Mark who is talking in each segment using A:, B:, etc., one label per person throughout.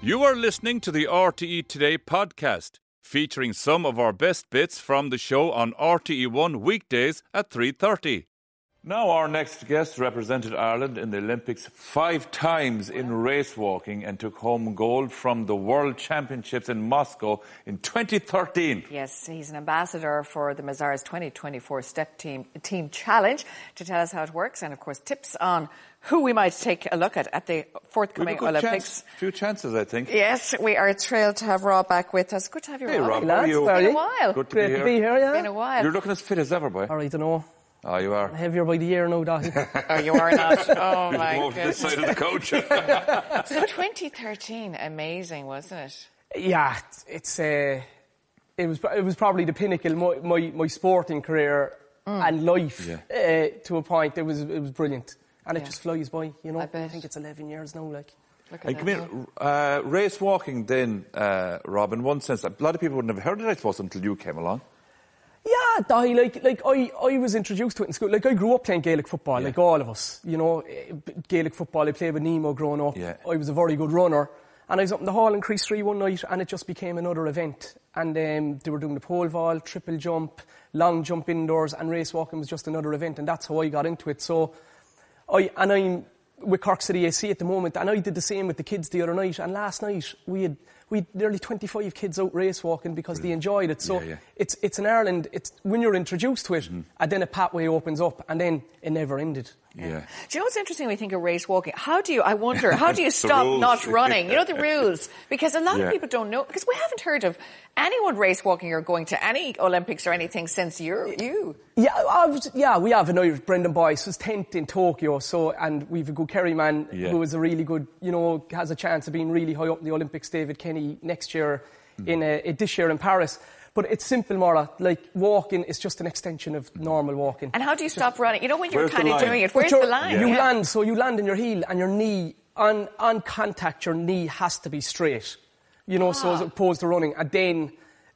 A: You are listening to the RTE Today podcast, featuring some of our best bits from the show on RTE One weekdays at 3:30. Now our next guest represented Ireland in the Olympics 5 times in race walking and took home gold from the World Championships in Moscow in 2013.
B: Yes, he's an ambassador for the Mazars 2024 Step Team Team Challenge to tell us how it works and of course tips on who we might take a look at at the
A: We've a
B: forthcoming
A: good
B: Olympics.
A: chance, few chances I think.
B: Yes, we are thrilled to have Rob back with us. Good to have you,
A: Hey, Rob,
B: Rob. It's
A: how are
C: lads,
A: you?
C: how are
B: been a
C: you?
B: while.
A: Good to
C: Great
A: be here.
C: to be here, yeah.
B: Been a while.
A: You're looking as fit as ever, boy.
C: All right, I don't know.
A: Oh, you are.
C: Heavier by the year, no doubt.
B: Oh, you are not. Oh my
A: Come over to this
B: goodness.
A: side of the coach.
B: So 2013, amazing, wasn't it?
C: yeah, it's- it's uh, it was it was probably the pinnacle my my, my sporting career
B: Mm.
C: and life
A: Yeah.
C: uh, to a point. It was it was brilliant, and
B: Yeah.
C: it just flies by. You know,
B: I bet.
C: think it's eleven years now. Like,
B: Look at
A: And
B: that.
A: come here, uh, race walking then, uh, Rob, in one sense, a lot of people wouldn't have heard of it, I suppose, until you came along.
C: yeah, die. Like like I I was introduced to it in school. Like I grew up playing Gaelic football, like all of us. You know, eh, b- Gaelic football. I played with Nemo growing up.
A: Yeah.
C: I was a very good runner. And I was up in the hall in crease three one night, and it just became another event. And um, they were doing the pole vault, triple jump, long jump indoors, and race walking was just another event. And that's how I got into it. So, I and I'm with Cork City AC at the moment, and I did the same with the kids the other night. And last night we had we had nearly 25 kids out race walking because they enjoyed it. So
A: Yeah, Mm-hmm. yeah.
C: it's it's in Ireland. It's when you're introduced to it, and then a pathway opens up, and then it never ended.
A: Yeah.
B: Do you know what's interesting when you think of race walking? How do you, I wonder, how do you
A: The
B: stop
A: rules.
B: not running? You know the rules. Because a lot
A: Yeah.
B: of people don't know, because we haven't heard of anyone race walking or going to any Olympics or anything since you're, you.
C: Yeah, I was, yeah, we have an Irish Brendan Boyce who's tenth in Tokyo. So and we've a good Kerry man
A: Yeah.
C: who is a really good, you know, has a chance of being really high up in the Olympics. David Kenny next year
A: Mm-hmm.
C: in uh, it- this year in Paris. But it's simple, Mara. Like walking is just an extension of
A: Mm-hmm.
C: normal walking.
B: And how do you stop running? You know, when you're
A: Where's the
B: kind of
A: line?
B: doing it,
C: But
B: where's
C: you're-
B: the line?
C: You
B: Yeah.
C: land, so you land in your heel and your knee, on, on contact, your knee has to be straight. You know,
B: Ah.
C: so as opposed to running. And then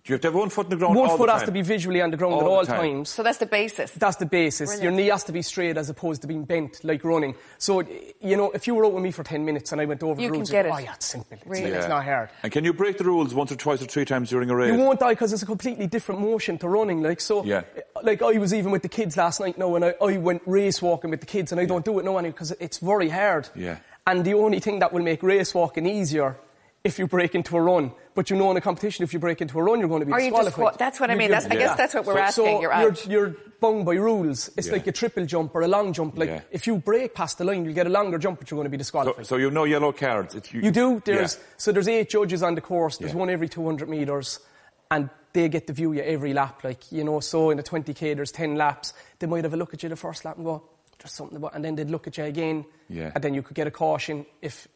A: Do you have to have one foot in the ground
C: one
A: all
C: foot
A: the
C: has to
A: time?
C: be visually on the ground
A: All
C: at
A: the
C: all
A: time.
C: times.
B: So that's the basis.
C: That's the basis. Your
B: Brilliant.
C: knee has to be straight as opposed to being bent like running. So, you know, if you were out with me for 10 minutes and I went over
B: You
C: the
B: can
C: rules,
B: get
C: you'd
B: it.
C: go, oh, yeah, it's simple. It's,
B: Really?
C: it's
A: Yeah.
C: not hard.
A: And can you break the rules once or twice or three times during a race?
C: You won't die because it's a completely different motion to running. Like so,
A: Yeah.
C: like I was even with the kids last night now, and I, I went race walking with the kids, and I don't do it now because it's very hard.
A: Yeah.
C: And the only thing that will make race walking easier if you break into a run. But you know, in a competition, if you break into a run, you're going to be
B: Are you
C: disqualified.
B: disqual- that's what I mean. That's- I guess that's what we're
C: So-
B: asking.
C: So
B: You're
C: you're,
B: out.
C: you're bound by rules. It's
A: Yeah.
C: like a triple jump or a long jump. Like
A: Yeah.
C: if you break past the line, you'll get a longer jump, but you're going to be
A: So,
C: disqualified.
A: so you have no yellow cards. It's,
C: You do. There's
A: Yeah.
C: so there's eight judges on the course. There's
A: Yeah.
C: one every 200 meters, and they get to view you every lap. Like you know, so in a 20k, there's 10 laps. They might have a look at you the first lap and go, "There's something about," and then they'd look at you again.
A: Yeah.
C: And then you could get a caution if,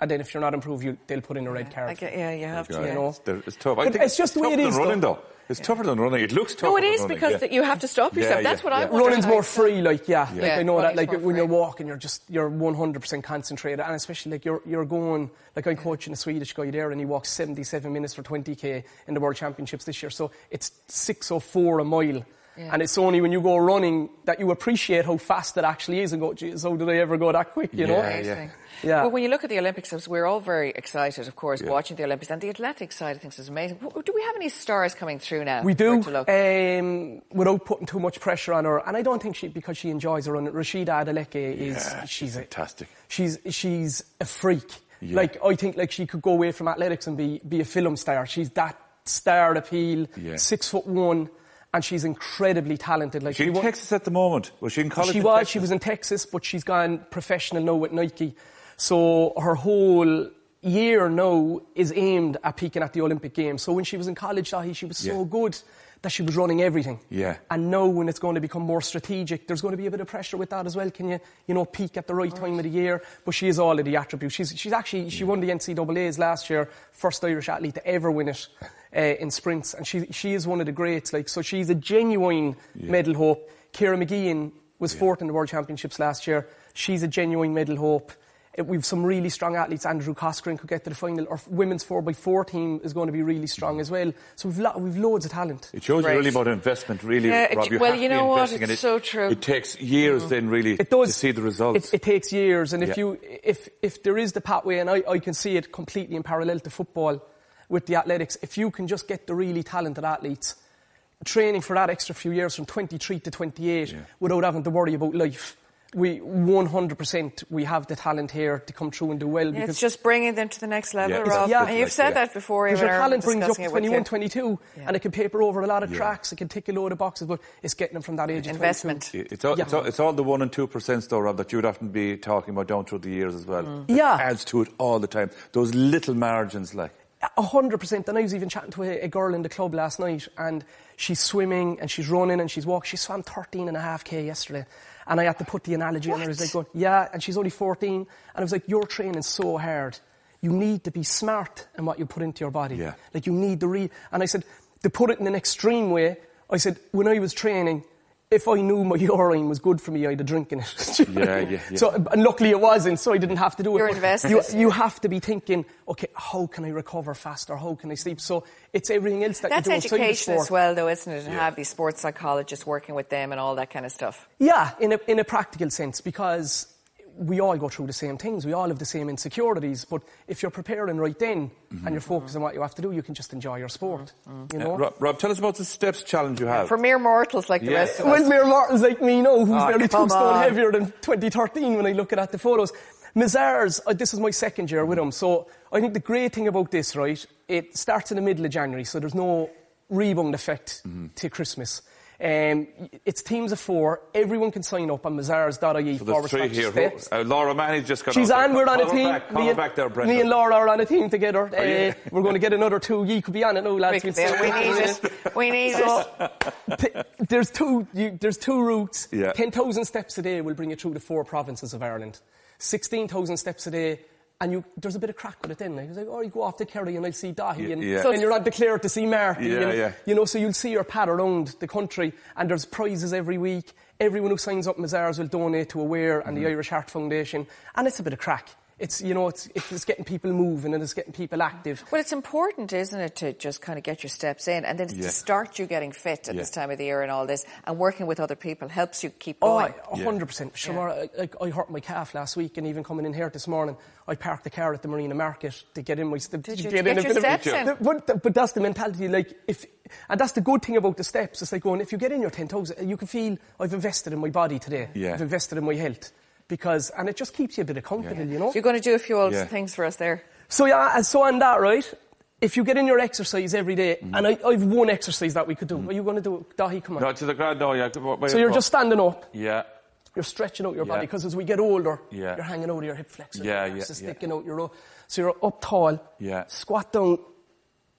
C: and then if you're not improved, you they'll put in a red card.
B: Like, yeah, you have to.
A: God,
B: yeah.
C: know.
A: it's, it's tough. I
C: But
A: think
C: it's just the way
A: tougher
C: it
A: than
C: is, though.
A: running, though. It's tougher than running. It looks tougher.
B: No, it
A: than
B: is
A: running,
B: because
A: yeah.
B: that you have to stop
A: Yeah,
B: yourself.
A: yeah,
B: That's what I
A: yeah.
B: wonder
C: Running's
B: how you
C: more
B: stop.
C: free, like yeah.
B: Yeah,
C: Like I know that,
B: running's
C: like
B: more
C: when you're
B: free.
C: walking, you're just you're 100% concentrated, and especially like you're you're going like I'm coaching a Swedish guy there, and he walks 77 minutes for 20k in the World Championships this year, so it's 604 a mile.
B: Yeah.
C: And it's only when you go running that you appreciate how fast it actually is and go, geez, how did I ever go that quick, you know?
A: Yeah, yeah.
B: Amazing.
C: Yeah.
B: Well, when you look at the Olympics, as we're all very excited, of course, watching the Olympics, and the athletic side of things is amazing. W- Do we have any stars coming through now?
C: We do,
B: Where to look?
C: um, without putting too much pressure on her. And I don't think she, because she enjoys her running, Rashida Adeleke is,
A: Yeah,
C: she's,
A: she's
C: a-
A: fantastic.
C: She's, she's a freak.
A: Yeah.
C: Like, I think like she could go away from athletics and be, be a film star. She's that star appeal,
A: Yeah.
C: six foot one, and she's incredibly talented. Like,
A: She's in
C: wa-
A: Texas at the moment. Was she in college?
C: she
A: in
C: was.
A: Texas?
C: She was in Texas, but she's gone professional now with Nike. So her whole year now is aimed at peaking at the Olympic Games. So when she was in college, Dahi, she was
A: Yeah.
C: so good that she was running everything.
A: Yeah.
C: And now when it's going to become more strategic, there's going to be a bit of pressure with that as well. Can you, you know, peak at the right time of the year? But she has all of the attributes. She's, she's actually, she won the NCAAs last year, first Irish athlete to ever win it. Uh, in sprints, and she she is one of the greats. Like so, she's a genuine medal hope. Kira McGeehan was fourth in the World Championships last year. She's a genuine medal hope. it- we've some really strong athletes. Andrew Coskren could get to the final. Our women's 4x4 team is going to be really strong as well. So we've, lo- we've loads of talent.
A: It shows
B: Right.
A: you really about investment, really,
B: Yeah, it-
A: Rob. You
B: well,
A: have to
B: you
A: be
B: know what?
A: investing in
B: It's
A: it.
B: so true. Mm.
A: It takes years then, really,
C: It does
A: to see the results.
C: It, it takes years, and if
A: Yeah.
C: you if if there is the pathway, and I, I can see it completely in parallel to football with the athletics. If you can just get the really talented athletes training for that extra few years from 23 to 28
A: Yeah.
C: without having to worry about life, we 100% we have the talent here to come through and do well. because
B: It's just bringing them to the next level,
A: Yeah,
B: Rob.
C: Yeah.
B: And you've
A: like
B: said
A: that.
B: that before.
C: Because
B: even
C: your
B: I
C: talent
B: remember
C: brings you up
B: discussing
C: to
B: it with you.
C: 21, 22,
B: Yeah.
C: and it can paper over a lot of
A: Yeah.
C: tracks, it can tick a load of boxes, but it's getting them from that age of 22.
B: Investment.
A: It- It's all, it's, all, it's all the one and two percent though, Rob, that you'd often be talking about down through the years as well. It
C: Mm. Yeah.
A: adds to it all the time. Those little margins, like
C: A hundred percent. And I was even chatting to a, a girl in the club last night, and she's swimming and she's running and she's walking. She swam 13 and a half k yesterday, and I had to put the analogy, and I was like, going, "Yeah," and she's only 14, and I was like, "You're training so hard. You need to be smart in what you put into your body.
A: Yeah.
C: Like you need the re." And I said, to put it in an extreme way, I said, when I was training. If I knew my urine was good for me, I'd have drinking it. Do you know what I
A: Yeah,
C: mean?
A: yeah, yeah.
C: So, and luckily it wasn't, so I didn't have to do it.
B: You're
C: But
B: invested.
C: You, you have to be thinking, okay, how can I recover faster? How can I sleep? So it's everything else that
B: That's
C: you do outside the
B: education
C: sport.
B: as well, though, isn't it? And have these sports psychologists working with them and all that kind of stuff.
C: Yeah, in a, in a practical sense, because we all go through the same things. We all have the same insecurities. But if you're preparing right then and you're focused on what you have to do, you can just enjoy your sport.
B: Mm-hmm.
C: You know?
A: Rob, Rob, tell us about the steps challenge you have.
B: For mere mortals like the
A: Yeah.
B: rest of us.
C: Well, mere mortals like me know who's
B: Ah,
C: nearly
B: come
C: two stone
B: on.
C: heavier than 2013 when I look at the photos. Mazars, uh, this is my second year with him, so I think the great thing about this, right, it starts in the middle of January, so there's no rebound effect
A: Mm-hmm.
C: to Christmas. Um, it's teams of four. Everyone can sign up on mazars.ie
A: So
C: forward
A: there's three
C: slash
A: here.
C: steps.
A: Who- uh, Laura Manny's just got
C: She's
A: out
C: on.
A: there.
C: We're on
A: Call
C: a
A: her
C: team.
A: Back, call
C: me,
A: her
C: and,
A: back there, Oh, Brenda.
C: me and Laura are on a team together.
A: you?
C: Uh, we're going to get another two. Ye could be on it now, lads.
B: We
C: We'll see.
B: need it. We need it.
C: So t- there's two. You, there's two routes.
A: Yeah.
C: Ten thousand steps a day will bring you through the four provinces of Ireland. Sixteen thousand steps a day. And you, there's a bit of crack with it then. Like, it's like, oh, you go off to Kerry and I'll see Dahi,
A: Yeah,
C: and
A: yeah.
C: then you're on to Clare to see Marty.
A: Yeah,
C: and,
A: yeah.
C: You know, so you'll see your pad around the country, and there's prizes every week. Everyone who signs up Mazars will donate to Aware and
A: Mm-hmm.
C: the Irish Heart Foundation, and it's a bit of crack. It's you know, it's it's getting people moving and it's getting people active.
B: Well, it's important, isn't it, to just kind of get your steps in and then it's
A: Yeah.
B: to start you getting fit at
A: Yeah.
B: this time of the year and all this and working with other people helps you keep
C: Oh,
B: going.
C: a hundred percent. Sure, I- like I hurt my calf last week, and even coming in here this morning, I parked the car at the Marina Market to get in my st-
B: Did you- to get your steps in?
C: Th- But, th- but that's the mentality. Like if, and that's the good thing about the steps. It's like going if you get in your ten thousand, you can feel I've invested in my body today.
A: Yeah.
C: I've invested in my health because, and it just keeps you a bit accountable, you know.
B: You're going to do a few old
A: Yeah.
B: things for us there.
C: So yeah, and so on that right. If you get in your exercise every day, and I, I've one exercise that we could do. Are you going to do it, Dahi? Come on.
A: Mm-hmm. No, to the ground. No, yeah. So
C: so you're just standing up
A: yeah.
C: you're stretching out your
A: Yeah.
C: body because as we get older,
A: Yeah.
C: you're hanging out of your hip flexors.
A: Yeah,
C: your
A: yeah,
C: abs is
A: yeah.
C: sticking out. You're up, so you're up tall.
A: Yeah.
C: Squat down,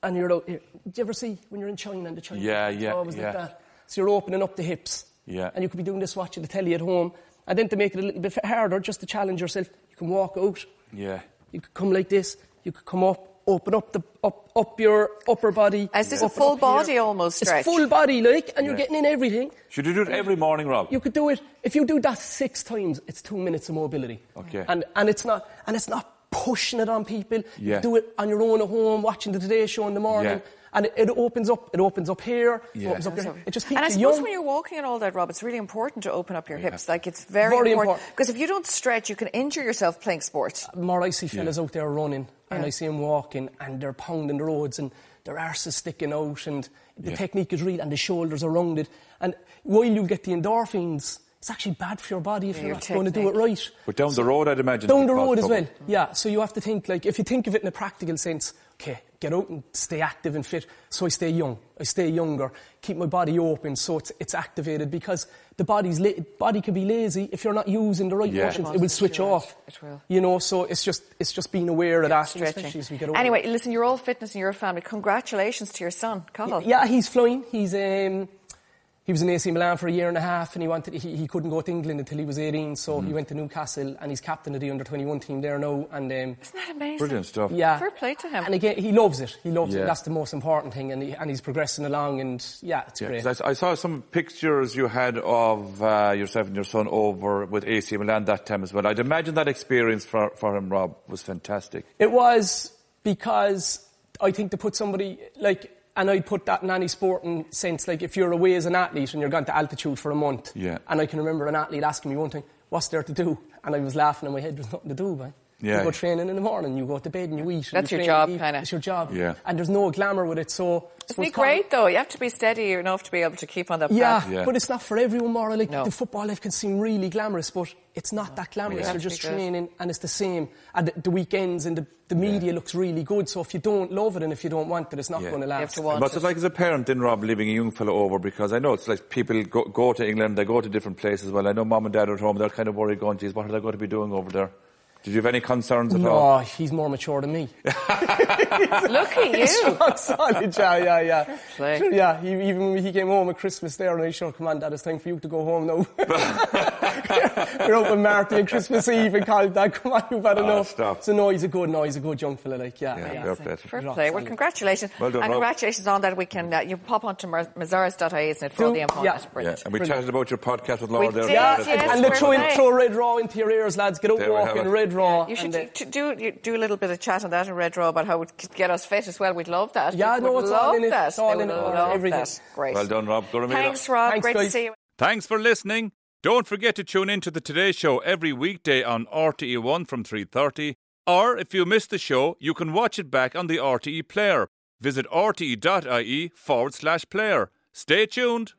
C: and you're out. Here. Do you ever see when you're in China and the Chinese?
A: Yeah,
C: it's
A: yeah,
C: Always
A: yeah.
C: like that. So you're opening up the hips.
A: Yeah.
C: And you could be doing this watching the telly at home, and then to make it a little bit harder, just to challenge yourself, you can walk out.
A: Yeah.
C: You could come like this. You could come up. Open up the up up your upper body.
B: Is this a
C: open
B: full
C: up here.
B: body almost stretch?
C: It's full body like, and you're
A: Yeah.
C: getting in everything.
A: Should you do it every morning, Rob?
C: You could do it if you do that six times. It's two minutes of mobility.
A: Okay.
C: And and it's not and it's not pushing it on people. You
A: Yeah.
C: do it on your own at home, watching the Today Show in the morning,
A: Yeah.
C: and it, it opens up. It opens up here.
A: Yeah.
C: It opens up there. It just keeps
B: and I
C: you
B: suppose
C: young.
B: when you're walking and all that, Rob, it's really important to open up your hips. Like it's very,
C: Very
B: important
C: important.
B: because if you don't stretch, you can injure yourself playing sports.
C: more I see fellas out there running and
B: Yeah.
C: I see them walking and they're pounding the roads and their arse is sticking out and the
A: Yeah.
C: technique is real and the shoulders are rounded. And while you get the endorphins, it's actually bad for your body if
B: Yeah,
C: you're
B: your
C: not going to do it
B: technique.
C: right.
A: But down the road, I'd imagine.
C: Down
A: it
C: the
A: costs
C: road as well.
A: trouble.
C: Yeah. So you have to think like if you think of it in a practical sense, okay, get out and stay active and fit. So I stay young. I stay younger. Keep my body open so it's, it's activated because the body's la- body can be lazy if you're not using the right
A: Yeah.
C: motions. It will switch
B: You're right.
C: off.
B: It will.
C: You know. So it's just it's just being aware of that, especially
B: Stretching.
C: as we get older.
B: Anyway, listen, you're all fitness and you're a family. Congratulations to your son, Cahill.
C: Yeah, he's flying. He's um, he was in AC Milan for a year and a half and he wanted he, he couldn't go to England until he was 18 so he went to Newcastle and he's captain of the under 21 team there now and um,
B: Isn't that amazing?
A: Brilliant stuff.
C: yeah
B: Fair play to him.
C: and again he loves it he loves
A: Yeah.
C: it that's the most important thing and, he, and he's progressing along and yeah it's
A: Yeah,
C: great
A: 'cause I, I saw some pictures you had of uh, yourself and your son over with AC Milan that time as well. I'd imagine that experience for, for him, Rob, was fantastic.
C: It was because I think to put somebody like, and I put that in any sporting sense. Like, if you're away as an athlete and you're gone to altitude for a month,
A: Yeah.
C: And I can remember an athlete asking me one thing, "What's there to do?" And I was laughing in my head. There's nothing to do, man.
A: Yeah.
C: You go training in the morning, you go to bed and you eat. and
B: That's
C: you
B: your
C: train,
B: job,
C: you eat.
B: kinda.
C: It's your job.
A: Yeah.
C: And there's no glamour with it, so.
B: Isn't he great though? You have to be steady enough to be able to keep on that
C: Yeah,
B: path.
A: Yeah.
C: but it's not for everyone, Maura. Like,
B: No.
C: the football life can seem really glamorous, but it's not that glamorous.
B: Yeah.
C: You're just
B: That's
C: training and it's the same. And the, the weekends and the, the media looks really good. So if you don't love it and if you don't want it, it's not
A: Yeah.
C: going to
A: You
C: last.
B: have to want
A: What's it
B: it.
A: like as a parent then, Rob, leaving a young fellow over? Because I know it's like people go, go to England, they go to different places. Well, I know mum and dad are at home, they're kind of worried going, geez, what are they going to be doing over there? Did you have any concerns at all?
C: No, he's more mature than me.
B: Look at you.
C: Strong, solid, yeah, yeah, yeah.
B: play.
C: Sure, yeah, he, even when he came home at Christmas there, and I sure, come on, Dad, it's time for you to go home now. We're out with Marty on Christmas Eve and called Dad, come on, you've had
B: Ah,
C: enough.
A: stop.
C: So no, he's a good, no, he's a good young fella, like, yeah.
A: Yeah.
C: yeah.
A: Fair play.
B: Fair play. Well, congratulations.
A: Well done,
B: and
A: Rob.
B: congratulations on that. We can, uh, you pop onto mar- mazars.ie, isn't it, for all
C: Do-
B: the info on
C: yeah.
B: that.
A: Yeah,
B: Brilliant.
A: and we
C: Brilliant.
A: chatted about your podcast with Laura
B: We
A: there.
B: did,
C: Yeah,
B: Yes,
A: That's
B: yes,
C: and the
B: we're
C: throw,
B: right.
C: throw red raw into your ears, lads. Get out
A: There we have
C: walking,
A: it.
C: red raw.
B: You should
C: and, uh,
B: do, do, you do a little bit of chat on that in Red Row about how it could get us fit as well. We'd love that.
C: Yeah,
B: we
C: no,
B: would
C: it's
B: love
C: all in it.
B: that.
C: It's all
B: They
C: in
B: would
C: it.
B: love
C: Everything.
B: that. Great.
A: Well done, Rob. Go to Mayo.
B: Thanks, Rob.
C: Thanks,
B: Great to
C: guys.
B: see you.
A: Thanks for listening. Don't forget to tune in to the Today Show every weekday on RTE1 from 3:30. Or if you missed the show, you can watch it back on the E RTE player. Visit rte.ie forward slash player. Stay tuned.